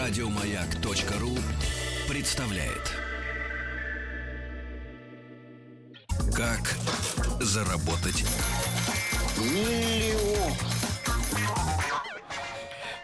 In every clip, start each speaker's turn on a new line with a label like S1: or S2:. S1: Радиомаяк.ру представляет. Как заработать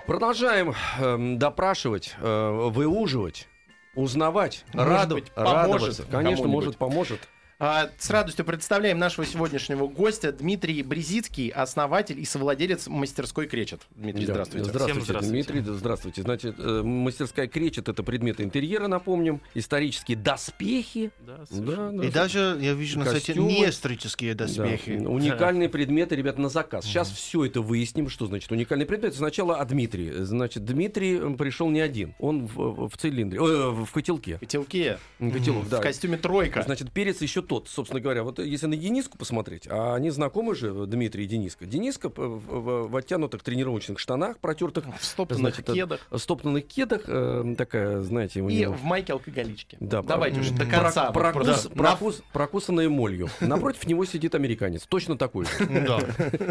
S2: Продолжаем эм, допрашивать, э, выуживать, узнавать,
S3: Может
S2: раду-
S3: быть, поможет
S2: радоваться. Конечно,
S3: кому-нибудь.
S2: может, поможет.
S3: А, С радостью представляем нашего сегодняшнего гостя Дмитрий Брезицкий, основатель и совладелец мастерской Кречет. Дмитрий,
S2: Да.
S3: здравствуйте.
S2: Здравствуйте,
S4: Всем здравствуйте.
S2: Дмитрий. Да, Здравствуйте. Значит, э, мастерская кречет это предметы интерьера, напомним. Исторические доспехи.
S4: Да,
S2: Да, ну,
S4: совершенно.
S2: да.
S5: И даже, я вижу на сайте,
S2: Костюмы.
S5: не исторические
S2: Да.
S5: доспехи.
S2: Уникальные предметы, ребят, на заказ. Сейчас все это выясним, что значит уникальный предмет. Сначала о Дмитрии. Значит, Дмитрий э, пришел не один. Он в, в цилиндре, э, в котелке.
S3: Котелке,
S2: Котелок, да.
S3: в костюме тройка.
S2: Значит, перец еще тот, собственно говоря. Вот если на Дениску посмотреть, а они знакомы же, Дмитрий и Дениска. Дениска п- в, в- в оттянутых тренировочных штанах, протертых,
S3: в стоптанных
S2: значит,
S3: кедах
S2: в стоптанных кедах, э, такая, знаете, у
S3: и
S2: него...
S3: в майке алкоголички.
S2: Да,
S3: Давайте
S5: про-
S3: уже до
S5: про-
S3: конца. вот
S2: Прокус,
S3: просто.
S2: прокус- прокусанная молью. Напротив него сидит американец, точно такой же.
S5: Да.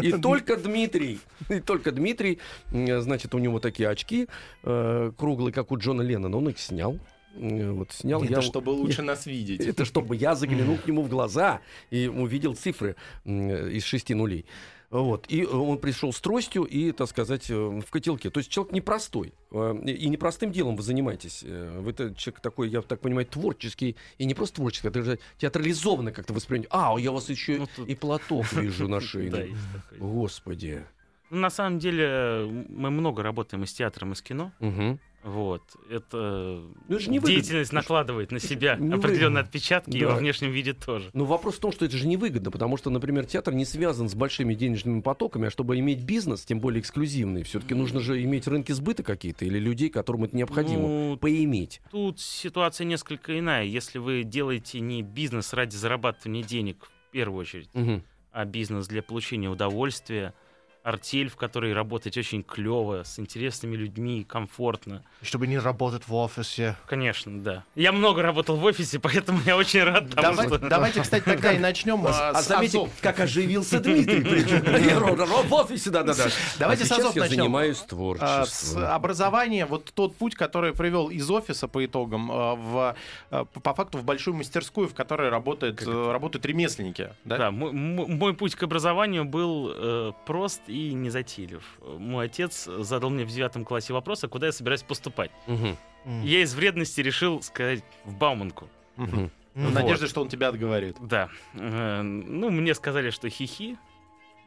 S2: И только Дмитрий, и только Дмитрий, м, значит, у него такие очки э, круглые, как у Джона Леннона, он их снял. М, Вот снял.
S3: Это
S2: я-
S3: чтобы лучше нас видеть.
S2: Это чтобы я заглянул к нему в глаза и увидел цифры м, из шести нулей. Вот. И э, он пришел с тростью и, так сказать, э, в котелке. То есть человек непростой. Э, И непростым делом вы занимаетесь. Э, Вы это человек такой, я так понимаю, творческий. И не просто творческий, а даже театрализованно как-то воспринимаете. А, я вас еще
S4: Ну, тут-
S2: и платок вижу на шее.
S4: Да, есть такое.
S2: Господи.
S4: Ну, На самом деле мы много работаем и с театром, и с кино.
S2: Мгм.
S4: Вот. Это
S2: Ну, это же не выгодно.
S4: деятельность накладывает на себя
S2: Не выгодно.
S4: определенные отпечатки и
S2: Да.
S4: во внешнем виде тоже.
S2: Но Ну, вопрос в том, что это же невыгодно, потому что, например, театр не связан с большими денежными потоками, а чтобы иметь бизнес, тем более эксклюзивный, все-таки нужно же иметь рынки сбыта какие-то или людей, которым это необходимо
S4: Ну,
S2: поиметь.
S4: тут ситуация несколько иная. Если вы делаете не бизнес ради зарабатывания денег в первую очередь,
S2: Мгм.
S4: а бизнес для получения удовольствия, артель, в которой работать очень клево, с интересными людьми, комфортно.
S5: Чтобы не работать в офисе.
S4: Конечно, да. Я много работал в офисе, поэтому я очень рад тому,
S3: Давай-
S4: что...
S3: Давайте, кстати, тогда и начнем а,
S2: А
S3: с
S2: заметьте,
S3: азов.
S2: как оживился Дмитрий. причем. Я ро- ро- Вот и сюда, да, да.
S3: Давайте
S2: а
S3: с
S2: сейчас
S3: азов
S2: я
S3: начнем.
S2: занимаюсь
S3: А, с
S2: творчеством.
S3: образования, вот тот путь, который привел из офиса по итогам а, в, а, по по факту в большую мастерскую, в которой работает, э, работают ремесленники. Да?
S4: Да, мой, мой- мой путь к образованию был э, прост и незатейлив. Мой отец задал мне в девятом классе вопрос, а куда я собираюсь поступать.
S2: Мгм.
S5: М.
S4: Я из вредности решил сказать в Бауманку.
S3: Мгм.
S5: М.
S3: В надежде, что он тебя отговорит.
S4: Да. Э, ну, мне сказали, что хихи.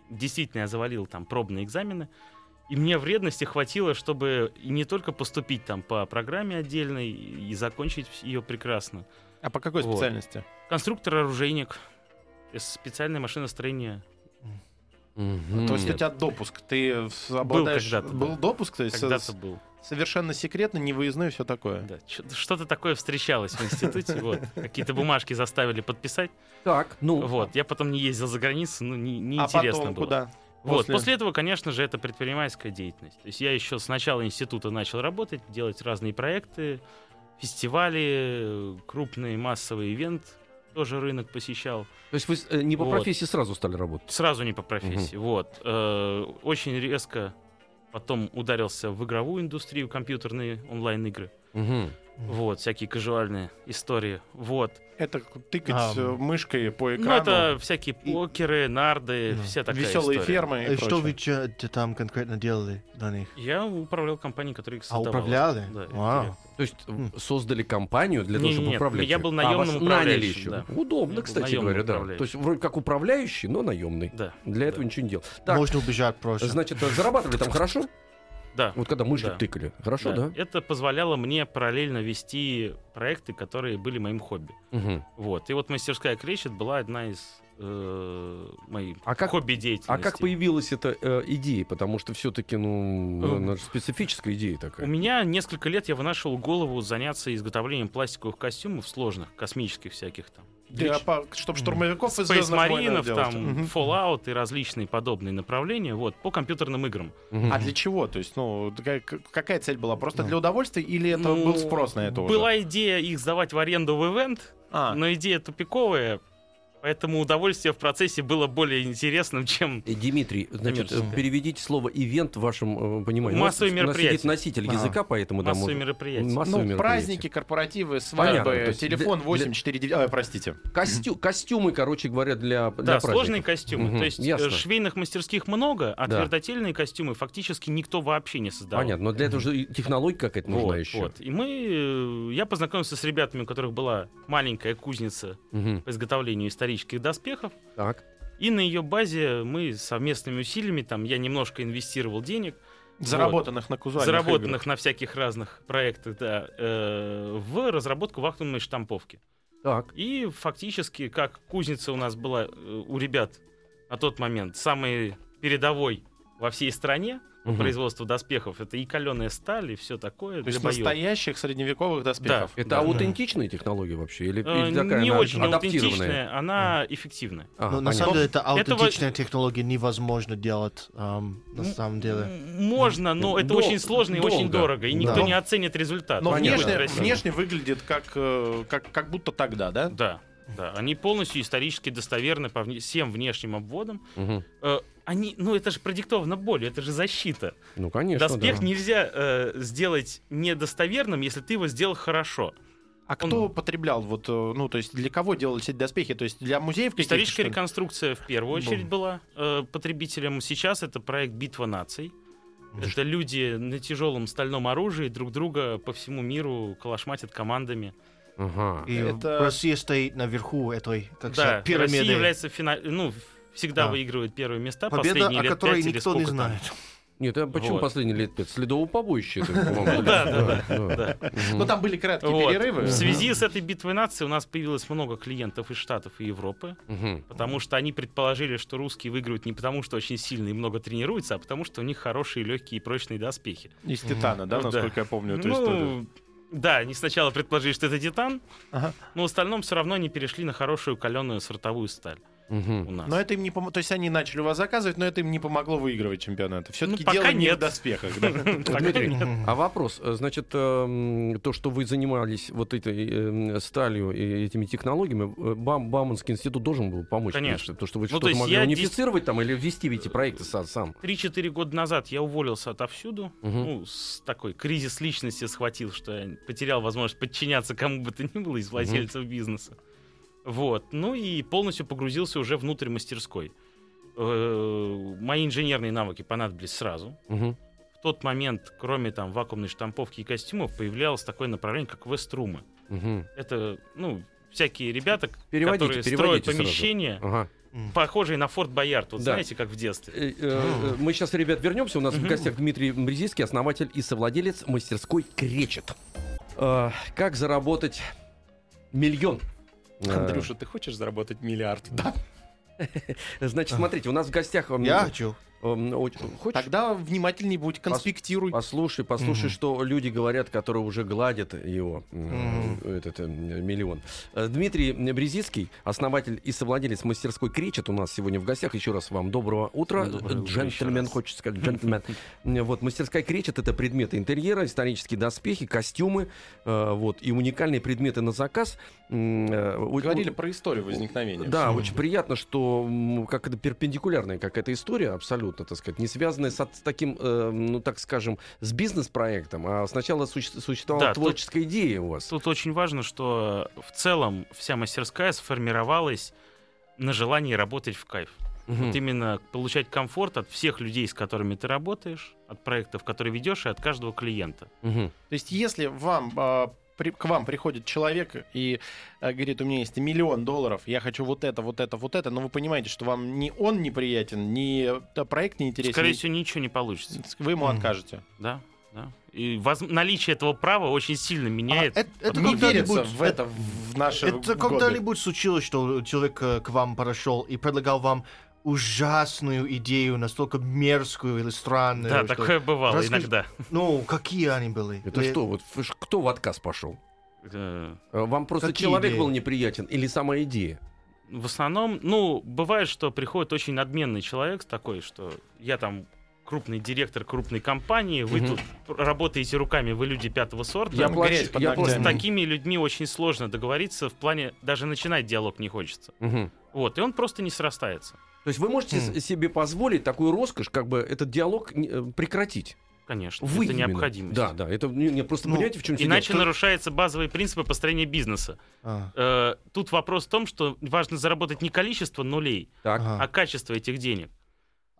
S4: Действительно, я завалил там пробные экзамены. И мне вредности хватило, чтобы и не только поступить там по программе отдельной и закончить ее прекрасно.
S3: А по какой
S4: Вот.
S3: специальности?
S4: Конструктор-оружейник, э, специальное машиностроение.
S2: Мгм.
S3: То есть у
S2: Нет.
S3: тебя допуск, ты с- обладаешь...
S4: когда-то, да.
S3: допуск, то есть с-
S4: Когда-то был.
S3: совершенно секретно, невыездной и все такое.
S4: Да, чё- что-то такое встречалось в институте, вот. Какие-то бумажки заставили подписать,
S2: Так, ну.
S4: вот. Я потом не ездил за границу, ну, не-
S3: а
S4: неинтересно
S3: потом
S4: было.
S3: куда?
S4: Вот,
S3: После?
S4: после... этого, конечно же, это предпринимательская деятельность. То есть я еще с начала института начал работать, делать разные проекты, фестивали, э, крупные массовые ивент, тоже рынок посещал.
S2: То есть вы э, не по
S4: Вот.
S2: профессии сразу стали работать?
S4: Сразу не по профессии, вот. Э, Очень резко потом ударился в игровую индустрию, компьютерные онлайн-игры.
S2: Мгм.
S4: Вот, всякие кажуальные истории. Вот.
S3: Это тыкать
S5: А,
S3: э, мышкой по
S4: Ну,
S3: экрану.
S4: это всякие покеры, нарды,
S5: Ну,
S4: вся такая
S3: Веселые
S4: история.
S3: фермы и
S5: И Э, Что
S3: прочее.
S5: вы чё- ты там конкретно делали на них?
S4: Я управлял компанией, которая их
S5: А
S4: создавала.
S5: управляли?
S4: Да, их
S5: Вау.
S4: директор.
S2: То есть э, создали компанию для того,
S4: Не-не-не,
S2: чтобы управлять?
S4: я
S2: ею?
S4: был
S2: А,
S4: наемным
S2: вас наняли
S4: управляющим,
S2: еще.
S4: да. Я
S2: Удобно,
S4: был
S2: кстати
S4: наемным
S2: говоря, да.
S4: управляющим.
S2: То есть вроде как управляющий, но наемный.
S4: Да.
S2: Для этого
S4: Да.
S2: ничего не делал. Так,
S5: Можно убежать просто.
S2: значит, э, зарабатывали там хорошо?
S4: Да.
S2: Вот когда мышью
S4: Да.
S2: тыкали. Ну, Хорошо, да?
S4: да. Это позволяло мне параллельно вести проекты, которые были моим хобби.
S2: Мгм. А
S4: Вот. И вот мастерская Крещет была одна из э, моих
S2: А как-
S4: хобби деятельности.
S2: А как появилась эта э, идея? Потому что все-таки, ну,
S4: Эм.
S2: она же специфическая идея
S4: У
S2: такая.
S4: меня несколько лет я вынашивал голову заняться изготовлением пластиковых костюмов сложных, космических всяких там.
S3: Для по- чтоб штурмовиков из
S4: Space
S3: «Звездных войнах»
S4: Marines,
S3: делать.
S4: там,
S3: Мгм.
S4: Fallout и различные подобные направления, вот, по компьютерным играм.
S2: Мгм.
S3: А для чего? То есть, ну, такая- к- какая цель была? Просто
S5: Ну.
S3: для удовольствия или это
S4: Ну,
S3: был спрос на это уже?
S4: Была идея их сдавать в аренду в ивент,
S3: А,
S4: но идея тупиковая, Поэтому удовольствие в процессе было более интересным, чем...
S2: Э, Дмитрий, значит, э,
S4: Коммерческое.
S2: переведите слово ивент в вашем э, понимании. У нас-
S4: Массовые
S2: у нас
S4: мероприятия.
S2: сидит носитель
S5: А,
S2: языка, поэтому да,
S4: массовые
S2: может-
S4: мероприятия.
S2: массовые
S3: Ну,
S2: мероприятия.
S3: праздники, корпоративы,
S2: Понятно, то
S3: свадьбы,
S2: есть
S3: телефон
S2: для-
S3: 849... а, Простите.
S2: Костю- костюмы, короче говоря, для, для
S4: Да,
S2: праздников.
S4: сложные костюмы.
S2: Мгм,
S4: То есть э,
S2: ясно.
S4: швейных мастерских много, а
S2: Да.
S4: твердотельные костюмы фактически никто вообще не создавал.
S2: Понятно, но для этого же и технология какая-то нужна
S4: Вот,
S2: еще.
S4: вот. И мы, э, я познакомился с ребятами, у которых была маленькая кузница
S2: Мгм.
S4: по изготовлению исторических доспехов,
S2: Так.
S4: и на ее базе мы совместными усилиями, там я немножко инвестировал денег,
S3: Заработанных на кузуальных
S4: заработанных на всяких разных проектах, да, э, в разработку вакуумной штамповки.
S2: Так.
S4: И фактически, как кузница у нас была э, у ребят на тот момент самый передовой во всей стране
S2: Мгм.
S4: производство доспехов, это и каленая сталь, и все такое.
S3: играх. То есть
S4: для боев.
S3: настоящих средневековых доспехов.
S2: Это
S4: Да.
S2: аутентичная технология вообще? Или,
S4: Э,
S2: или такая
S4: не
S2: она
S4: очень
S2: адаптированная?
S4: аутентичная, она эффективная.
S2: А,
S5: Но Ну, на
S2: понятно.
S5: самом деле это
S4: Этого-
S5: аутентичная технология невозможно делать ам, на
S4: М,
S5: самом деле.
S4: М, Можно, но это
S2: Дол-
S4: очень сложно и
S2: долго.
S4: очень дорого, и никто
S5: Да.
S4: не оценит результат.
S3: Но
S2: Понятно.
S3: внешне,
S4: Красиво.
S3: внешне выглядит как, э, как, как будто тогда, да?
S4: Да, да, они полностью исторически достоверны по вне- всем внешним обводам.
S2: Мгм.
S4: Э, Они, ну это же продиктовано болью, это же защита.
S2: Ну, конечно,
S4: Доспех
S2: да.
S4: нельзя э, сделать недостоверным, если ты его сделал хорошо.
S3: А кто потреблял, вот, э, ну, то есть для кого делались эти доспехи? То есть для музеев каких-то,
S4: Историческая
S3: что ли?
S4: реконструкция в первую очередь была э, потребителем. Сейчас это проект «Битва наций». Это люди на тяжелом стальном оружии друг друга по всему миру калашматят командами.
S2: Ага.
S5: И
S3: Это-
S5: Россия стоит наверху этой, как
S4: Да,
S5: сказать, пирамиды.
S4: Россия является фина- ну, всегда
S5: Да.
S4: выигрывает первые места
S5: Победа,
S4: последние
S5: о
S4: лет
S5: которой
S4: пять или
S5: никто не
S4: сколько там.
S5: знает.
S2: Нет, а почему
S4: Вот. Ну
S2: последние лет пять? Следового побоище. это, по-моему,
S4: да,
S2: да, да.
S4: Да.
S2: Мгм.
S3: Ну, там были краткие
S4: Вот.
S3: перерывы.
S4: В связи с этой битвой наций у нас появилось много клиентов из Штатов и Европы,
S2: Мгм.
S4: потому что они предположили, что русские выигрывают не потому, что очень сильные и много тренируются, а потому, что у них хорошие, легкие и прочные доспехи.
S3: Из Титана, да,
S4: Ну, да.
S3: насколько я помню эту историю.
S4: Ну, да, они сначала предположили, что это титан,
S3: Ага.
S4: но в остальном все равно они перешли на хорошую каленую сортовую сталь у
S2: Мгм.
S4: нас.
S3: Но это им не помогло. То есть они начали у вас заказывать, но это им не помогло выигрывать чемпионаты. Все-таки
S4: Ну, пока
S3: дело не в
S4: нет.
S3: доспехах. да?
S4: Пока
S2: Дмитрий,
S4: нет.
S2: А вопрос, э, значит, эм, то, что вы занимались вот этой эм, сталью и этими технологиями, э, Бам, Бауманский институт должен был помочь?
S4: Конечно.
S2: То, что вы
S4: Ну, то
S2: что-то
S4: есть
S2: могли
S4: я
S2: унифицировать там или ввести в эти проекты са- сам?
S4: Три-четыре года назад я уволился отовсюду.
S2: Мгм.
S4: Ну, с такой кризис личности схватил, что я потерял возможность подчиняться кому бы то ни было из владельцев бизнеса. Вот. Ну и полностью погрузился уже внутрь мастерской. Э, Мои инженерные навыки понадобились сразу.
S2: Мгм.
S4: В тот момент, кроме там вакуумной штамповки и костюмов, появлялось такое направление, как веструмы.
S2: Мгм.
S4: Это, ну, всякие ребята, к-
S2: Переводите,
S4: которые
S2: переводите
S4: строят
S2: сразу.
S4: помещения,
S2: Ага.
S4: похожие на Форт Боярд, вот
S2: Да.
S4: знаете, как в детстве.
S2: Э, э, Мы сейчас, ребят, вернемся. У нас в гостях Дмитрий Брезицкий, основатель и совладелец мастерской Кречет. Э, Как заработать миллион? Э,
S3: Андрюша, ты хочешь заработать миллиард? Да.
S2: Значит, смотрите, у нас в гостях... эм,
S5: Я хочу.
S2: эм, очень- Хочешь?
S3: Тогда внимательней будь, конспектируй.
S2: Послушай, послушай,
S5: Мгм.
S2: что люди говорят, которые уже гладят его, э, этот э, миллион. Э, Дмитрий Брезицкий, основатель и совладелец мастерской Кречет у нас сегодня в гостях. Еще раз вам доброго утра.
S4: Доброе утро еще
S2: джентльмен,
S4: раз.
S2: хочется сказать, джентльмен. Э, Вот, мастерская Кречет — это предметы интерьера, исторические доспехи, костюмы, э, вот, и уникальные предметы на заказ. М, э, у-
S3: Говорили про историю возникновения.
S2: да, очень приятно, что м, как это перпендикулярная какая-то история, абсолютно, так сказать, не связанная с, от- с таким, э, ну так скажем, с бизнес-проектом, а сначала суще- существовала
S4: Да, тут-
S2: творческая идея у вас.
S4: Тут очень важно, что в целом вся мастерская сформировалась на желании работать в кайф.
S2: Мгм.
S4: Вот именно получать комфорт от всех людей, с которыми ты работаешь, от проектов, которые ведешь, и от каждого клиента.
S2: Мгм.
S3: То есть, если вам а, при- к вам приходит человек и а, говорит, у меня есть миллион долларов, я хочу вот это, вот это, вот это, но вы понимаете, что вам ни он неприятен, ни э, проект не интересен,
S4: Скорее
S3: ни-
S4: всего, ничего не получится.
S3: вы ему
S5: Мгм.
S3: откажете.
S4: Да, да. И воз- наличие этого права очень сильно меняет.
S5: А, это- это
S3: не верится
S5: когда-нибудь- э,
S3: в это в наши
S5: Это
S3: годы.
S5: когда-нибудь случилось, что человек э, к вам подошел и предлагал вам ужасную идею, настолько мерзкую или странную.
S4: да,
S5: что-
S4: такое бывало
S5: Расскажи-
S4: иногда.
S5: Ну, какие они были?
S2: Это
S5: Э,
S2: что, вот ф- кто в отказ пошел?
S4: Э,
S2: Э, Вам просто
S5: Какие
S2: человек
S5: идеи?
S2: был неприятен или сама идея?
S4: В основном, ну, бывает, что приходит очень надменный человек такой, что я там крупный директор крупной компании, вы
S2: Мгм.
S4: тут пр- работаете руками, вы люди пятого сорта.
S3: Я
S2: Там
S3: плачу,
S2: грязь под
S3: я
S2: ногтями.
S4: С
S3: плачу.
S4: такими людьми очень сложно договориться, в плане даже начинать диалог не хочется.
S2: Мгм.
S4: Вот, и он просто не срастается.
S2: То есть вы можете
S4: Хм.
S5: М.
S2: с- себе позволить такую роскошь, как бы этот диалог не- э, прекратить.
S4: Конечно,
S2: Вы
S4: это
S2: именно.
S4: необходимость.
S2: Да, да. Это не, не, просто
S5: Ну,
S2: понимаете, в чем дело?
S4: Иначе нарушаются базовые принципы построения бизнеса.
S5: А,
S4: Э, тут вопрос в том, что важно заработать не количество нулей,
S2: Так.
S5: ага.
S4: а качество этих денег.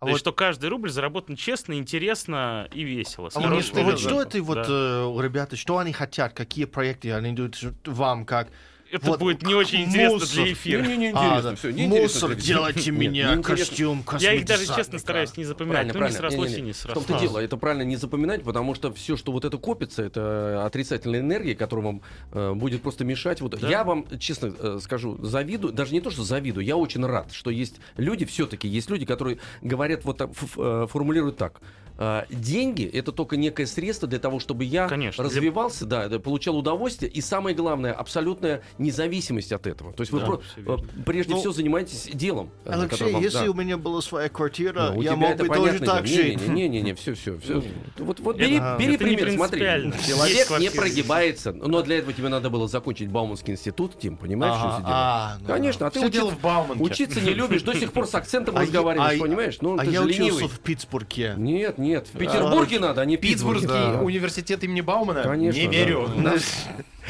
S5: А
S4: То есть,
S5: вот-
S4: что каждый рубль заработан честно, интересно и весело. с
S5: А
S3: Ну,
S5: вот,
S4: хорошим
S5: что- вот
S3: да,
S5: что
S4: результатом.
S5: это вот,
S4: Да.
S5: э, у ребята, что они хотят, какие проекты они идут вам, как
S4: Это
S5: э, вот
S4: будет не очень
S5: мусор.
S4: интересно для эфира.
S2: Не, не, не
S5: А,
S2: интересно,
S5: да.
S2: всё, не интересно
S5: мусор
S2: для-
S5: делайте
S2: Нет,
S5: меня,
S2: не интересно.
S5: костюм,
S4: Я их даже, честно,
S5: космодесантника.
S4: стараюсь не запоминать.
S2: Правильно,
S4: Ну, не
S2: правильно.
S4: срослось и
S2: Не-не-не.
S4: не
S2: В том-то и
S4: срослось.
S2: дело, это правильно не запоминать, потому что все, что вот это копится, это отрицательная энергия, которая вам э, будет просто мешать. Вот
S4: Да.
S2: я вам, честно э, скажу, завидую, даже не то, что завидую, я очень рад, что есть люди, все-таки есть люди, которые говорят вот так, ф- э, формулируют так. э, Деньги это только некое средство для того, чтобы я
S4: Конечно, для-
S2: развивался, да, да, получал удовольствие и самое главное абсолютная независимость от этого. То есть вы
S4: Да,
S2: про-
S4: всё верно.
S2: э, прежде
S5: Ну,
S2: всего занимаетесь делом. э, которое
S5: Алексей,
S2: вам-
S5: если
S2: да.
S5: у меня была своя квартира,
S2: Ну, у
S5: А, я
S2: тебя
S5: мог
S2: это
S5: бы тоже
S2: понятное
S5: так
S2: дело.
S5: жить.
S2: Не, не, не, не, все, все, все. Ну, Вот, вот
S4: Это-
S2: бери,
S5: а,
S2: бери
S4: это не
S2: пример, смотри.
S4: принципиально. Есть
S2: Человек не
S4: квартира.
S2: прогибается, но для этого тебе надо было закончить Бауманский институт, Тим, понимаешь, что
S5: Ага,
S2: все дело?
S5: а, ну да.
S2: Конечно, а ты
S3: Все дело
S2: учиться,
S3: в Бауманке.
S2: учиться не любишь, до сих пор с акцентом
S5: А я-
S2: разговариваешь,
S5: а я-
S2: понимаешь? Ну,
S5: А
S2: ты
S5: я
S2: же ленивый.
S5: учился в Питтсбурге.
S2: Нет, нет, в Петербурге надо, а не в Питтсбурге.
S3: Питтсбургский
S5: да.
S3: университет имени Баумана?
S2: Конечно,
S3: не
S2: да.
S3: верю.
S2: Да.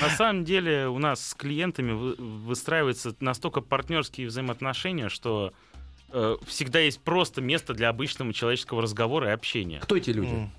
S4: На самом деле у нас с клиентами вы- выстраиваются настолько партнерские взаимоотношения, что э, всегда есть просто место для обычного человеческого разговора и общения.
S2: Кто эти люди?
S5: М.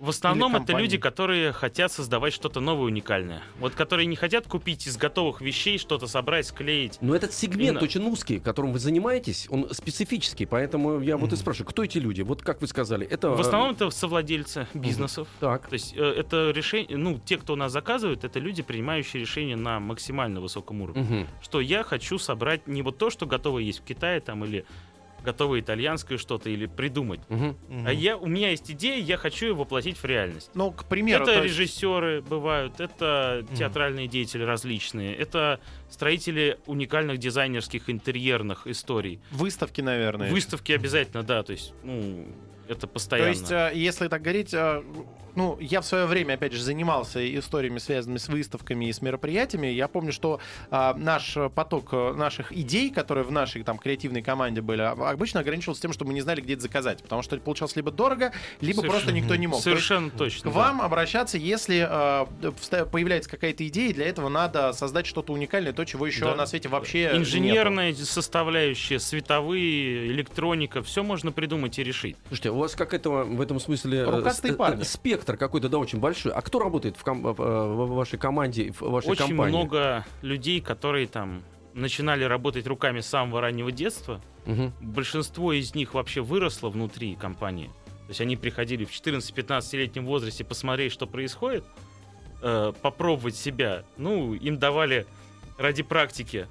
S4: В основном
S3: Или
S4: это люди,
S3: компании.
S4: которые хотят создавать что-то новое уникальное. Вот которые не хотят купить из готовых вещей что-то собрать, склеить.
S2: Но Ну, этот сегмент
S4: Именно.
S2: очень узкий, которым вы занимаетесь, он специфический, поэтому я вот и спрашиваю, кто эти люди? Вот как вы сказали, это...
S4: В
S2: э,
S4: основном это совладельцы бизнесов.
S2: Так,
S4: То есть э, это решение, ну, те, кто у нас заказывают, это люди, принимающие решения на максимально высоком уровне.
S2: Мгм.
S4: что я хочу собрать не вот то, что готово есть в Китае там или готовое итальянское что-то или придумать.
S2: Мгм.
S5: Мгм.
S4: А я, у меня есть идея, я хочу ее воплотить в реальность.
S3: Ну, к примеру,
S4: это
S3: то есть-
S4: режиссеры бывают, это
S5: Мгм.
S4: театральные деятели различные, это строители уникальных дизайнерских интерьерных историй.
S3: Выставки, наверное.
S4: Выставки обязательно, да, то есть, ну, это
S3: То
S4: постоянно.
S3: есть, э, если так говорить, э, ну, я в свое время, опять же, занимался историями, связанными с выставками и с мероприятиями. Я помню, что э, наш э, поток э, наших идей, которые в нашей там креативной команде были, а- обычно ограничивался тем, что мы не знали, где это заказать. Потому что это получалось либо дорого, либо
S4: Совершенно-
S3: просто никто не мог. То есть,
S4: Совершенно точно.
S3: К
S4: да.
S3: вам обращаться, если э, вста- появляется какая-то идея, и для этого надо создать что-то уникальное, то, чего еще
S4: Да.
S3: на свете вообще нету.
S4: Инженерная составляющая, световые, электроника, все можно придумать и решить.
S2: Слушайте, у вас как этого в этом смысле э,
S3: Рукастые
S2: с- э,
S3: парни.
S2: спектр какой-то да очень большой. А кто работает в, ком- в- в- в вашей команде, и в вашей
S4: Очень
S2: компании?
S4: много людей, которые там начинали работать руками с самого раннего детства.
S2: Мгм.
S4: Большинство из них вообще выросло внутри компании. То есть они приходили в 14-15-летнем возрасте посмотреть, что происходит, э, попробовать себя. Ну, им давали ради практики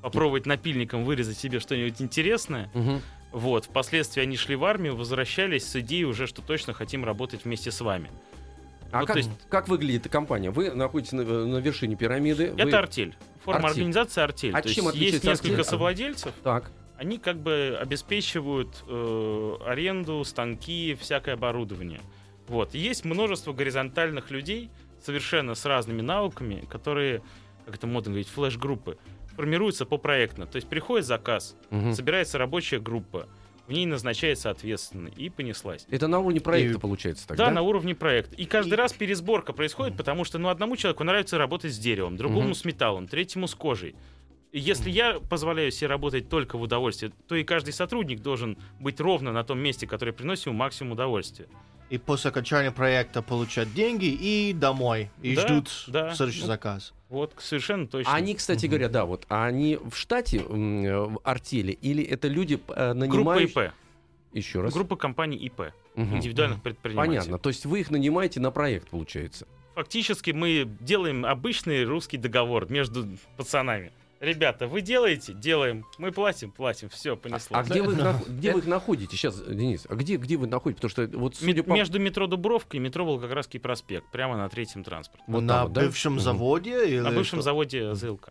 S4: попробовать напильником вырезать себе что-нибудь интересное.
S2: Мгм.
S4: Вот, впоследствии они шли в армию, возвращались с идеей уже, что точно хотим работать вместе с вами.
S2: А
S4: Ну,
S2: как,
S4: то есть-
S2: как выглядит эта компания? Вы находитесь на, на вершине пирамиды. вы-
S4: Это артель. Форма
S2: Артель.
S4: организации артель.
S2: А
S4: То есть
S2: чем
S4: есть
S2: отличается
S4: несколько
S2: артель?
S4: совладельцев,
S2: Так.
S4: они как бы обеспечивают э, аренду, станки, всякое оборудование. Вот. И Есть множество горизонтальных людей, совершенно с разными навыками, которые, как это модно говорить, флеш-группы, формируются по проектно. То есть приходит заказ,
S2: Мгм.
S4: собирается рабочая группа, в ней назначается ответственный, и понеслась.
S2: Это на уровне проекта
S5: И-
S2: получается тогда?
S4: Да, на уровне проекта. И каждый раз пересборка происходит, потому что ну, одному человеку нравится работать с деревом, другому
S2: Мгм.
S4: с металлом, третьему с кожей. И Если я позволяю себе работать только в удовольствии, то и каждый сотрудник должен быть ровно на том месте, которое приносит ему максимум удовольствия.
S5: И после окончания проекта получать деньги и домой. И
S4: Да,
S5: ждут
S4: да.
S5: следующий
S4: Ну,
S5: заказ.
S4: Вот, к- совершенно точно.
S2: Они, кстати
S5: Мгм.
S2: говоря, да, вот а они в штате м, э, в артели или это люди э,
S4: Группа
S2: нанимающие?
S4: ИП.
S2: Еще раз.
S4: Группа компаний ИП.
S2: Мгм.
S4: Индивидуальных предпринимателей.
S2: Понятно. То есть вы их нанимаете на проект, получается.
S4: Фактически мы делаем обычный русский договор между пацанами. Ребята, вы делаете? Делаем. Мы платим? Платим. Все, понеслось.
S2: А где вы, их нах- где вы их находите сейчас, Денис? А где, где вы находите? Потому что вот
S4: Ме-
S2: судя по...
S4: Между метро Дубровка и метро Волгоградский проспект, прямо на третьем транспорте.
S2: вот
S5: на
S2: там вот, да?
S5: бывшем
S2: Э, Мгм.
S5: заводе? Или
S4: На бывшем
S5: что?
S4: заводе ЗЛК.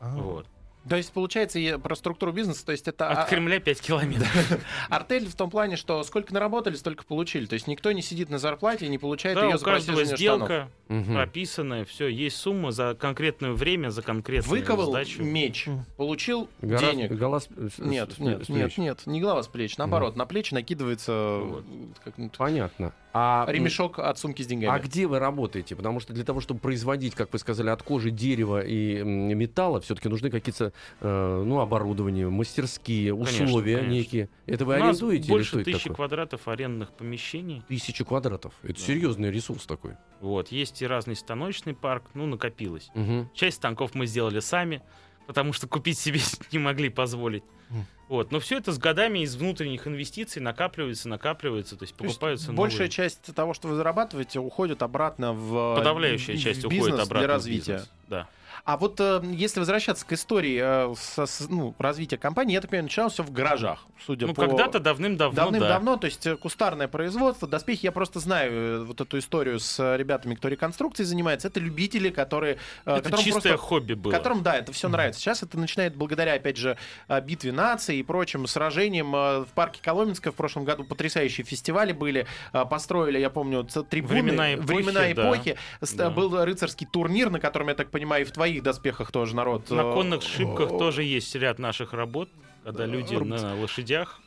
S5: А.
S4: Вот.
S3: То есть, получается, и про структуру бизнеса, то есть это
S4: От
S3: а,
S4: Кремля 5 километров.
S3: артель в том плане, что сколько наработали, столько получили. То есть никто не сидит на зарплате и не получает
S4: Да,
S3: ее
S4: у
S3: за
S4: каждого
S3: просиживание штанов.
S4: сделка
S2: Мгм.
S4: прописанная, все, есть сумма за конкретное время, за конкретную
S3: Выковал
S4: сдачу.
S3: меч, получил
S2: Гора-
S3: денег.
S2: гола с- с-
S3: Нет,
S2: с-
S3: нет,
S2: с-
S3: нет,
S2: плеч.
S3: нет, не голова с плеч. Наоборот, на плечи накидывается
S4: Вот.
S3: как, ну, т-
S2: Понятно. А
S3: ремешок от сумки с деньгами.
S2: А где вы работаете? Потому что для того, чтобы производить, как вы сказали, от кожи, дерева и м, металла, все-таки нужны какие-то э, ну, оборудование, мастерские,
S4: Конечно,
S2: условия
S4: конечно.
S2: некие. Это вы
S4: У нас
S2: арендуете? или что
S4: больше
S2: это
S4: тысячи
S2: такое?
S4: квадратов арендных помещений.
S2: Тысячу квадратов. Это
S4: Да.
S2: серьезный ресурс такой.
S4: Вот, есть и разный станочный парк, ну, накопилось.
S2: Мгм.
S4: Часть станков мы сделали сами, потому что купить себе не могли позволить.
S2: Хм.
S5: Мгм.
S4: Вот, но все это с годами из внутренних инвестиций накапливается, накапливается, то есть
S3: То есть
S4: покупаются новые.
S3: большая часть того, что вы зарабатываете, уходит обратно в э,
S4: Подавляющая
S3: Типа, в
S4: часть
S3: бизнес
S4: уходит обратно
S3: для
S4: в
S3: развития.
S4: бизнес. Да.
S3: А вот э, если возвращаться к истории э, со- с- ну, развития компании, я так понимаю, начиналось все в гаражах, судя
S4: Ну,
S3: по...
S4: когда-то давным-давно, да.
S3: Давным-давно, то есть э, кустарное производство, доспехи, я просто знаю э, вот эту историю с э, ребятами, кто реконструкцией занимается, это любители, которые... э,
S4: Это
S3: которым
S4: чистое
S3: просто-
S4: хобби было.
S3: Которым, да, это все нравится. Сейчас это начинает благодаря, опять же, э, битве наций и прочим сражениям. э, В парке Коломенское в прошлом году потрясающие фестивали были. э, Построили, я помню, ц- трибуны.
S4: Времена эпохи,
S3: времена
S4: да.
S3: эпохи. С- э,
S4: Да.
S3: Был рыцарский турнир, на котором, я так понимаю, и в твоих доспехах тоже народ.
S4: На
S3: э,
S4: конных шибках
S3: э,
S4: тоже есть ряд наших работ,
S3: Да,
S4: когда люди
S3: рубцы.
S4: на лошадях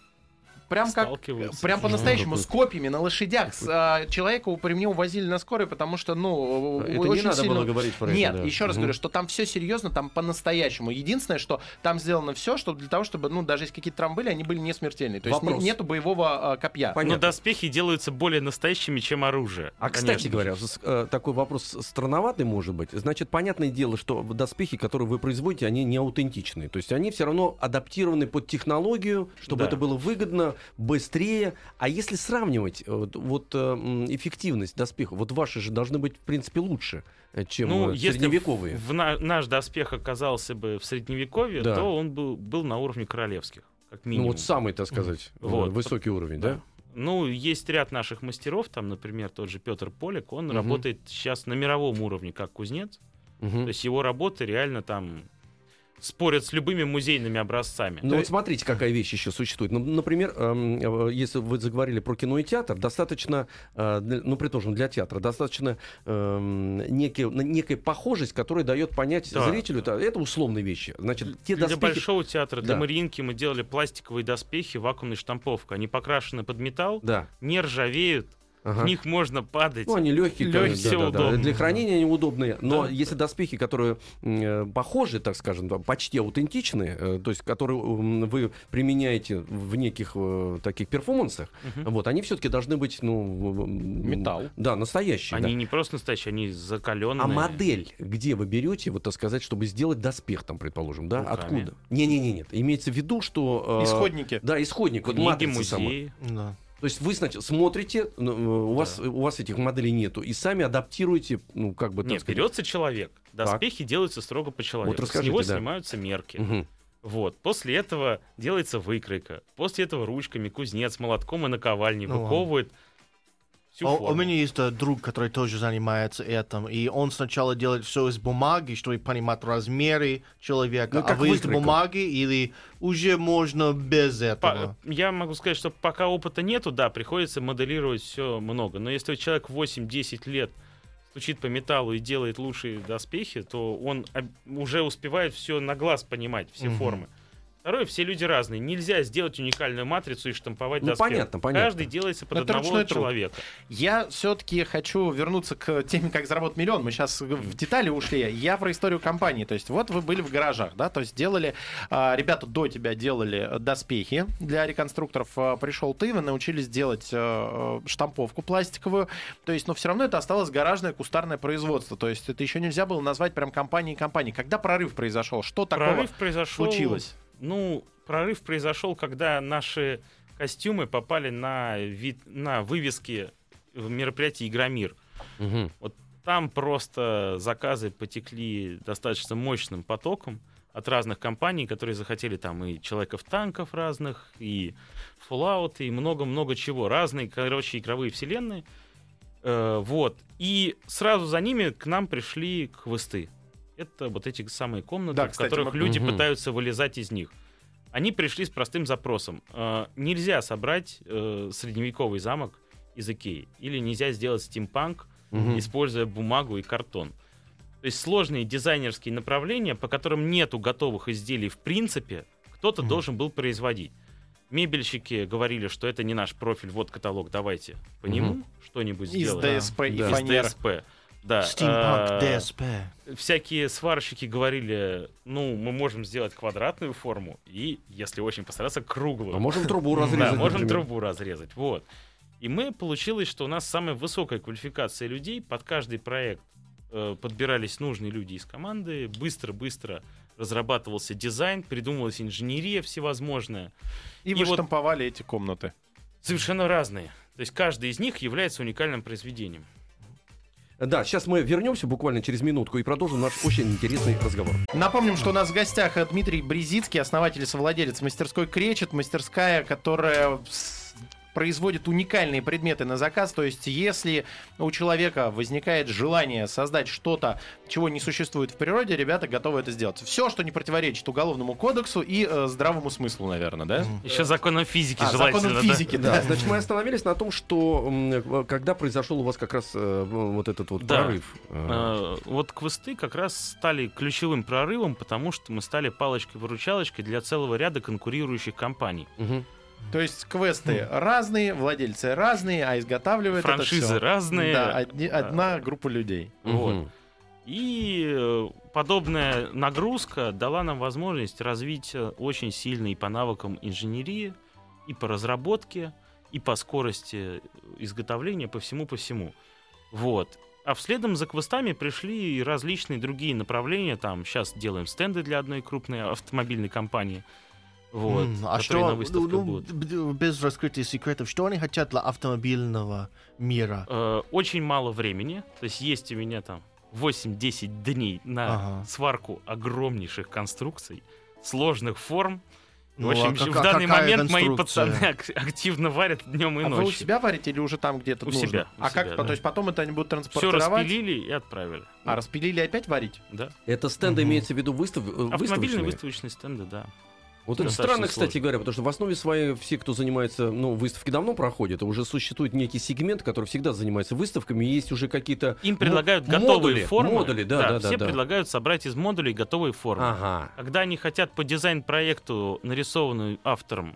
S3: Прям как
S4: сталкиваются.
S3: Прям по-настоящему,
S2: ну, какой-
S3: с копьями, на лошадях. С, а, человека при мне увозили на скорой, потому что, ну,
S2: А Это не
S3: очень
S2: надо
S3: сильно...
S2: было говорить про
S3: Нет,
S2: это. да.
S3: еще раз
S2: Мгм.
S3: говорю, что там все серьезно, там по-настоящему. Единственное, что там сделано все, что для того, чтобы, ну, даже если какие-то травмы были, они были не смертельные. То есть
S2: Вопрос.
S3: не- нету боевого а, копья.
S2: Понятно.
S4: Но доспехи делаются более настоящими, чем оружие.
S2: А, кстати
S4: Конечно.
S2: говоря, с- э, такой вопрос странноватый может быть. Значит, понятное дело, что доспехи, которые вы производите, они не аутентичные. То есть они все равно адаптированы под технологию, чтобы
S4: Да.
S2: это было выгодно, быстрее. А если сравнивать э, вот, вот, э, м, эффективность доспехов, вот ваши же должны быть, в принципе, лучше, э, чем
S4: Ну,
S2: э,
S4: если
S2: средневековые.
S4: в на- наш доспех оказался бы в средневековье,
S2: Да.
S4: то он был, был на уровне королевских, как
S2: Ну
S4: минимум.
S2: вот самый, так сказать, э,
S4: Вот.
S2: высокий уровень, да?
S4: Ну, есть ряд наших мастеров, там, например, тот же Петр Полик, он
S2: Мгм.
S4: работает сейчас на мировом уровне как кузнец,
S2: Мгм.
S4: то есть его работы реально там спорят с любыми музейными образцами.
S2: Ну вот смотрите, какая вещь еще существует. Ну, например, эм, э, если вы заговорили про кино и театр, достаточно, э, для- ну, предположим, для театра, достаточно эм, некий- на- некая похожесть, которая дает понять
S4: Да.
S2: зрителю, это, это условные вещи. Значит, те
S4: для
S2: доспехи...
S4: Большого театра, для
S2: Да.
S4: Мариинки мы делали пластиковые доспехи вакуумной штамповкой. Они покрашены под металл,
S2: Да.
S4: не ржавеют,
S2: ага.
S4: в них можно падать.
S2: Ну, они легкие,
S4: Лёгкие,
S2: конечно,
S4: всё
S2: да, да, да.
S4: удобно,
S2: Для
S4: да.
S2: хранения они удобные. Но
S4: Да,
S2: если доспехи, которые м, э, похожи, так скажем, да, почти аутентичные, э, то есть которые м, вы применяете в неких э, таких перформансах,
S4: Мгм.
S2: вот, они все-таки должны быть, ну... в- м,
S3: Металл.
S2: Да, настоящие. да.
S4: Они не просто настоящие, они закаленные.
S2: А модель, где вы берете, вот так сказать, чтобы сделать доспех, там, предположим, да?
S4: Руками.
S2: Откуда? Не-не-не, нет. Имеется в виду, что... э,
S3: Исходники.
S2: Да, исходник. Вот
S4: Книги,
S2: матрица сама.
S4: музеи.
S5: Да.
S2: То есть вы сначала смотрите, ну, э, у, вас, у вас этих моделей нету, и сами адаптируете, ну, как бы... так
S4: Нет,
S2: сказать.
S4: берется человек. Доспехи делаются строго по человеку. С
S2: расскажите,
S4: него
S2: да.
S4: снимаются мерки.
S2: Мгм.
S4: Вот. После этого делается выкройка. После этого ручками кузнец молотком и наковальней
S5: Ну ладно.
S4: выковывает всю
S5: А У,
S4: форму.
S5: меня есть э, друг, который тоже занимается этим, и он сначала делает все из бумаги, чтобы понимать размеры человека,
S2: Ну,
S5: а
S2: как
S5: вы из
S2: выкройка.
S5: бумаги или уже можно без этого.
S4: По- я могу сказать, что пока опыта нету, да, приходится моделировать все много. Но если человек 8-10 лет стучит по металлу и делает лучшие доспехи, то он об- уже успевает все на глаз понимать, все
S5: Мгм.
S4: формы. Второе, все люди разные. Нельзя сделать уникальную матрицу и штамповать
S2: Ну,
S4: доспех.
S2: понятно, понятно.
S4: Каждый делается под
S3: Это
S4: одного
S3: ручной труд.
S4: человека.
S3: Я все-таки хочу вернуться к теме, как заработать миллион. Мы сейчас в детали ушли. Я про историю компании. То есть вот вы были в гаражах, да, то есть делали, а, ребята до тебя делали э, доспехи для реконструкторов. А, Пришел ты, вы научились делать э, штамповку пластиковую. То есть, но все равно это осталось гаражное кустарное производство. То есть это еще нельзя было назвать прям компанией-компанией. Когда прорыв произошел? Что такого
S4: Прорыв произошел.
S3: случилось?
S4: Ну, прорыв произошел, когда наши костюмы попали на вид, на вывески в мероприятии Игромир.
S2: Мгм.
S4: Там просто заказы потекли достаточно мощным потоком от разных компаний, которые захотели там и человеков танков разных, и Fallout, и много-много чего. Разные, короче, игровые вселенные. Э, вот. И сразу за ними к нам пришли квесты. это вот эти самые комнаты,
S3: Да,
S4: в
S3: кстати,
S4: которых
S3: мы-
S4: люди
S2: Мгм.
S4: пытаются вылезать из них. Они пришли с простым запросом. Э, нельзя собрать э, средневековый замок из Икеи. Или нельзя сделать стимпанк,
S2: Мгм.
S4: используя бумагу и картон. То есть сложные дизайнерские направления, по которым нету готовых изделий в принципе, кто-то
S5: Мгм.
S4: должен был производить. Мебельщики говорили, что это не наш профиль, вот каталог, давайте по
S2: Мгм.
S4: нему что-нибудь
S3: Из
S4: сделаем.
S3: ДСП и
S2: Да.
S3: фанер.
S4: Из ДСП. Да.
S5: Steampunk
S4: Э,
S5: DSP.
S4: Всякие сварщики говорили, ну, мы можем сделать квадратную форму и, если очень постараться, круглую.
S2: А можем трубу разрезать.
S4: Да, можем
S2: например.
S4: трубу разрезать. Вот. И мы получилось, что у нас самая высокая квалификация людей. Под каждый проект э, подбирались нужные люди из команды. Быстро-быстро разрабатывался дизайн, придумывалась инженерия всевозможная.
S3: И
S4: И
S3: вы
S4: вот-
S3: штамповали эти комнаты.
S4: Совершенно разные. То есть каждый из них является уникальным произведением.
S2: Да, сейчас мы вернемся буквально через минутку и продолжим наш очень интересный разговор.
S3: Напомним, что у нас в гостях э, Дмитрий Брезицкий, основатель и совладелец мастерской Кречет, мастерская, которая с- производит уникальные предметы на заказ. То есть, если у человека возникает желание создать что-то, чего не существует в природе, ребята готовы это сделать. Все, что не противоречит уголовному кодексу и э, здравому смыслу, наверное, да?
S4: Еще законом физики
S3: А,
S4: желательно.
S3: законам
S4: да?
S3: физики,
S2: Да,
S3: да.
S2: значит, мы остановились на том, что м, когда произошел у вас как раз э, вот этот вот
S4: Да.
S2: прорыв. Э,
S4: Э, Вот квесты как раз стали ключевым прорывом, потому что мы стали палочкой-выручалочкой для целого ряда конкурирующих компаний.
S2: мгм.
S3: То есть квесты разные, владельцы разные, а изготавливают это
S4: Франшизы
S3: всё.
S4: разные.
S3: Да, а одни- одна группа людей.
S4: Вот.
S2: Мгм.
S4: И э, подобная нагрузка дала нам возможность развить э, очень сильный по навыкам инженерии, и по разработке, и по скорости э, изготовления, по всему, по всему. Вот. А вследом за квестами пришли и различные другие направления. Там сейчас делаем стенды для одной крупной автомобильной компании. Вот,
S5: М, а
S4: которые
S5: что,
S4: на выставках
S5: ну, ну,
S4: будут.
S5: б- без раскрытия секретов, что они хотят для автомобильного мира?
S4: Э, Очень мало времени. То есть есть у меня там 8-10 дней на
S5: Ага.
S4: сварку огромнейших конструкций, сложных форм.
S5: Ну,
S4: в общем,
S5: а ка-
S4: в
S5: ка-
S4: данный
S5: какая
S4: момент мои
S5: конструкция?
S4: пацаны ак- активно варят днем и
S3: А вы у
S4: ночью.
S3: себя варите или уже там где-то
S4: У
S3: нужно?
S4: себя, у
S3: а как,
S4: себя,
S3: по-
S4: да.
S3: то есть потом это они будут
S4: Все
S3: транспортировать?
S4: распилили и отправили.
S3: А распилили опять варить?
S4: Да.
S2: Это стенды
S5: Мгм.
S2: имеется в виду выстав... э,
S4: Автомобильные
S2: выставочные?
S4: выставочные стенды, да.
S2: Вот это
S4: достаточно
S2: странно,
S4: сложно.
S2: кстати говоря, потому что в основе своей все, кто занимается, ну, выставки давно проходят, и уже существует некий сегмент, который всегда занимается выставками, и есть уже какие-то...
S4: Им
S2: мо-
S4: предлагают готовые
S2: модули,
S4: формы.
S2: Модули, да, да, да.
S4: Все
S2: да. А.
S4: предлагают собрать из модулей готовые формы.
S2: Ага,
S4: Когда они хотят по дизайн-проекту, нарисованную автором,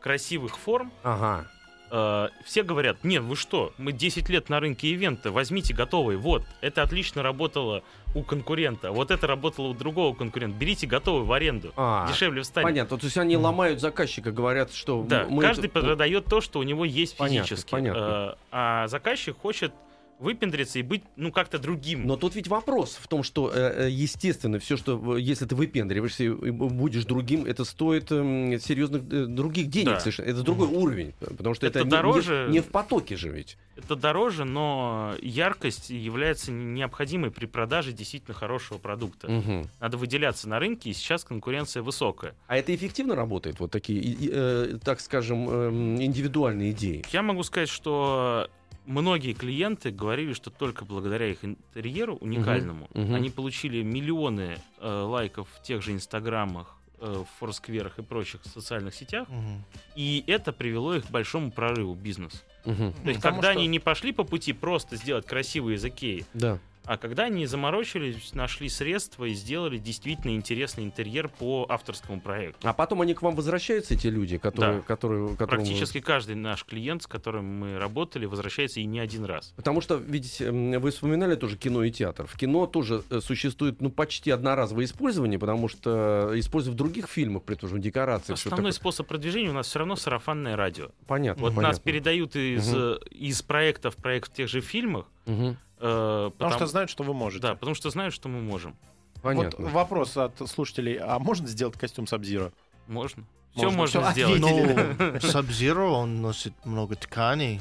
S4: красивых форм,
S2: ага.
S4: Э, все говорят, нет, вы что, мы 10 лет на рынке ивента, возьмите готовый, вот, это отлично работало у конкурента, вот это работало у другого конкурента, берите готовый в аренду,
S2: А,
S4: дешевле встанет.
S2: понятно. То есть они ломают заказчика, говорят, что... ну,
S4: Да,
S2: мы
S4: каждый
S2: это-
S4: продает то, что у него есть
S2: Понятно,
S4: физически,
S2: понятно.
S4: Э, а заказчик хочет выпендриться и быть, ну, как-то другим.
S2: Но тут ведь вопрос в том, что, э, э, естественно, все, что э, если ты выпендриваешься и э, будешь другим, это стоит эм, серьезных э, других денег
S4: Да.
S2: совершенно. Это другой уровень, э, потому что это,
S4: Это
S2: не- не-
S4: дороже.
S2: не, в потоке же ведь.
S4: Это дороже, но яркость является необходимой при продаже действительно хорошего продукта.
S2: Мгм.
S4: Надо выделяться на рынке, и сейчас конкуренция высокая.
S2: А это эффективно работает, вот такие, и- и, э, так скажем, эм, индивидуальные идеи.
S4: Я могу сказать, что многие клиенты говорили, что только благодаря их интерьеру уникальному
S2: Мгм, мгм.
S4: они получили миллионы э, лайков в тех же инстаграмах, э, в форскверах и прочих социальных сетях,
S5: Мгм.
S4: и это привело их к большому прорыву в бизнес.
S2: Мгм.
S4: То есть,
S3: Потому
S4: когда
S3: что-
S4: они не пошли по пути просто сделать красивые языки,
S2: Да.
S4: а когда они заморочились, нашли средства и сделали действительно интересный интерьер по авторскому проекту.
S2: А потом они к вам возвращаются, эти люди, которые...
S4: Да.
S2: которые которым вы-
S4: Практически каждый наш клиент, с которым мы работали, возвращается и не один раз.
S2: Потому что, видите, м, вы вспоминали тоже кино и театр. В кино тоже э, существует ну, почти одноразовое использование, потому что э, используя в других фильмах, предположим, декорации. всё такое.
S4: Основной способ продвижения у нас все равно сарафанное радио.
S3: Ну,
S2: Понятно.
S4: Вот
S2: понятно.
S4: нас передают из, э, из проекта в проект в тех же фильмах,
S2: Мгм.
S4: э, потому,
S3: Потому что знают, что вы можете.
S4: да, потому что знают, что мы можем.
S2: Понятно.
S3: Вот вопрос от слушателей. А можно сделать костюм Сабзира?
S4: Можно. Все
S3: Можно,
S4: можно
S3: всё,
S4: сделать.
S5: Ну,
S3: Видели.
S5: Sub-Zero, он носит много тканей.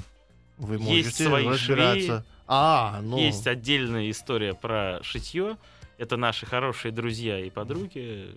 S5: Вы
S4: Есть
S5: можете
S4: свои
S5: разбираться. А, ну.
S4: Есть отдельная история про шитье. Это наши хорошие друзья и подруги.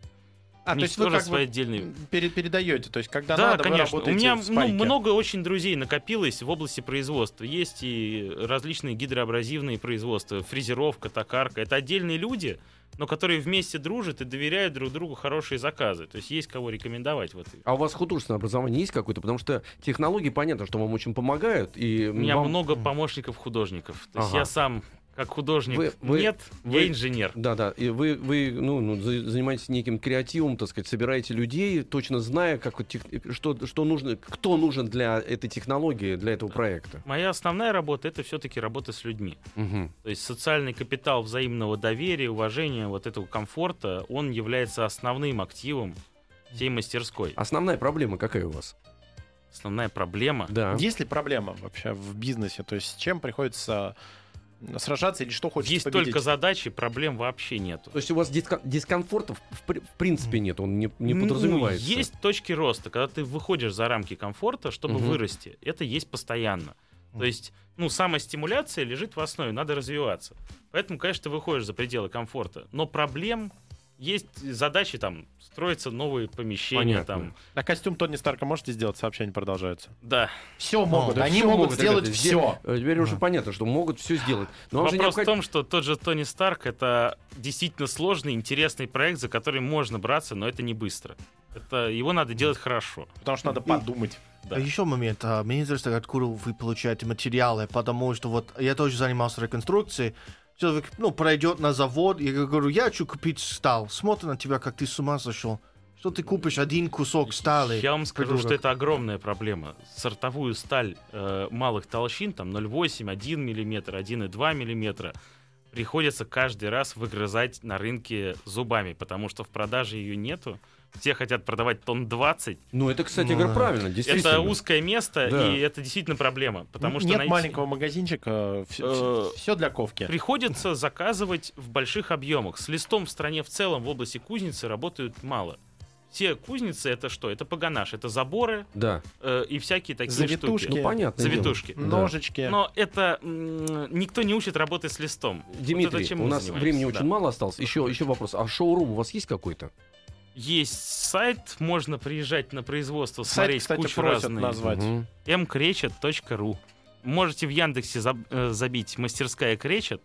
S3: А, то
S4: у них
S3: есть вы
S4: тоже
S3: как бы
S4: свои отдельные.
S3: пере- передаете, то есть когда
S4: да,
S3: надо, вы
S4: конечно. У
S3: работаете
S4: меня
S3: в
S4: ну,
S3: спайке.
S4: много очень друзей накопилось в области производства. Есть и различные гидроабразивные производства, фрезеровка, токарка. Это отдельные люди, но которые вместе дружат и доверяют друг другу хорошие заказы. То есть есть кого рекомендовать. Вот.
S2: А у вас художественное образование есть какое-то? Потому что технологии, понятно, что вам очень помогают. И
S4: У меня
S2: вам-
S4: много помощников художников. То есть
S2: Ага.
S4: я сам как художник
S2: Вы- вы-
S4: нет,
S2: вы-
S4: я инженер.
S2: Да, да. И вы, вы ну, ну, за- занимаетесь неким креативом, так сказать, собираете людей, точно зная, как вот тех- что, что нужно, кто нужен для этой технологии, для этого проекта.
S4: Моя основная работа это все-таки работа с людьми.
S2: Мгм.
S4: То есть социальный капитал взаимного доверия, уважения, вот этого комфорта, он является основным активом всей мастерской.
S2: Основная проблема какая у вас?
S4: Основная проблема.
S2: Да.
S3: Есть ли проблема вообще в бизнесе? То есть с чем приходится сражаться или что хочется
S4: Есть
S3: победить?
S4: только задачи, проблем вообще нету.
S2: То есть у вас диска- дискомфорта в, в при- в принципе нет, он не, не
S4: Ну,
S2: подразумевается.
S4: есть точки роста, когда ты выходишь за рамки комфорта, чтобы
S2: Мгм.
S4: вырасти. Это есть постоянно. То
S5: Мгм.
S4: есть, ну, самостимуляция лежит в основе, надо развиваться. Поэтому, конечно, ты выходишь за пределы комфорта. Но проблем есть задачи там строятся новые помещения
S2: Понятно.
S4: там.
S3: А костюм Тони Старка можете сделать? Сообщения продолжаются.
S4: Да.
S3: Все могут.
S2: Ну, Да
S3: Они
S2: всё
S3: могут
S2: могут,
S3: сделать
S2: ребята,
S3: все.
S2: Э, Теперь уже понятно, что могут все сделать. Но вам же
S4: Вопрос в
S2: необходимо-
S4: том, что тот же Тони Старк это действительно сложный, интересный проект, за который можно браться, но это не быстро. Это его надо делать хорошо.
S3: Потому что надо подумать.
S4: Да.
S5: А еще момент. а, Мне интересно, откуда вы получаете материалы, потому что вот я тоже занимался реконструкцией. Человек, ну, пройдет на завод, я говорю, я хочу купить стал. Смотрит на тебя, как ты с ума сошел. Что ты купишь один кусок стали?
S4: Я вам скажу,
S5: придурок.
S4: что это огромная проблема. Сортовую сталь э, малых толщин, там 0,8, 1 мм, 1,2 мм, приходится каждый раз выгрызать на рынке зубами, потому что в продаже ее нету. Все хотят продавать тонн 20.
S2: Ну, это, кстати,
S5: Ну,
S2: говоря,
S5: да.
S2: правильно, действительно.
S4: Это узкое место,
S2: Да.
S4: и это действительно проблема. Потому что
S3: Нет
S4: найти-
S3: маленького магазинчика, все,
S4: Э,
S3: для ковки.
S4: Приходится заказывать в больших объемах. С листом в стране в целом в области кузницы работают мало. Все кузницы это что? Это паганаш, это заборы
S2: Да.
S4: э, и всякие такие
S3: Завитушки.
S4: штуки.
S2: Ну, понятно.
S4: Завитушки.
S2: Да.
S3: Ножички.
S4: Но это м, никто не учит работать с листом. Вот
S2: Дмитрий,
S4: это чем
S2: у
S4: мы
S2: нас
S4: занимаемся,
S2: времени
S4: да.
S2: очень мало осталось. Еще, еще вопрос. А шоурум у вас есть какой-то?
S4: Есть сайт, можно приезжать на производство,
S3: Сайт,
S4: смотреть
S3: кстати,
S4: кучу
S3: просят
S4: разных.
S3: назвать.
S2: Мгм.
S4: mkrечет.ru. Можете в Яндексе заб- э, забить мастерская кречет,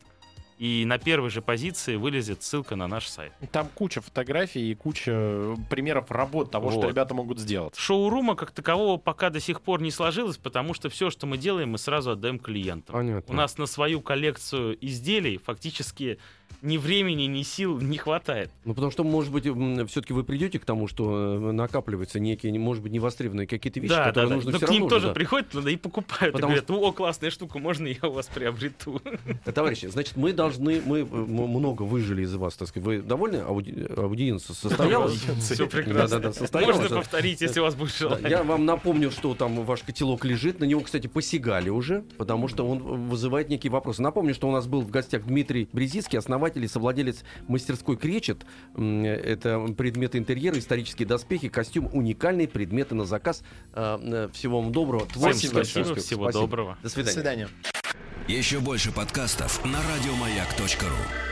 S4: и на первой же позиции вылезет ссылка на наш сайт.
S3: Там куча фотографий и куча примеров работ того, что
S4: Вот.
S3: ребята могут сделать.
S4: Шоурума как такового пока до сих пор не сложилось, потому что все, что мы делаем, мы сразу отдаем клиентам.
S2: Понятно.
S4: У нас на свою коллекцию изделий фактически ни времени, ни сил не хватает.
S2: Ну, потому что, может быть, все-таки вы придете к тому, что э, накапливаются некие, не- может быть, невостребованные какие-то вещи,
S4: да, да,
S2: которые
S4: да.
S2: нужно
S4: Но
S2: все
S4: к ним
S2: равно.
S4: тоже
S2: же, да.
S4: приходят, надо и покупают.
S2: Потому
S4: и говорят, о, классная штука, можно я у вас приобрету?
S2: Э, Товарищи, значит, мы должны, мы э, м- много выжили из вас, так сказать. Вы довольны? Ауди... Аудиенция состоялась?
S4: Все прекрасно.
S2: Да-да-да, состоялось,
S4: Можно
S2: да.
S4: повторить, если у вас будет
S2: Да,
S4: желание.
S2: я вам напомню, что там ваш котелок лежит. На него, кстати, посягали уже, потому что он вызывает некие вопросы. Напомню, что у нас был в гостях Дмитрий Брезицкий, основатель и совладелец мастерской «Кречет». М, Это предметы интерьера, исторические доспехи, костюм, уникальные предметы на заказ. Э, э, Всего вам доброго.
S4: Всем
S2: творческих
S4: спасибо,
S2: успехов.
S4: всего
S2: Спасибо.
S4: доброго.
S2: До
S3: До
S2: свидания.
S3: свидания.
S1: Еще больше подкастов на радиомаяк.ру.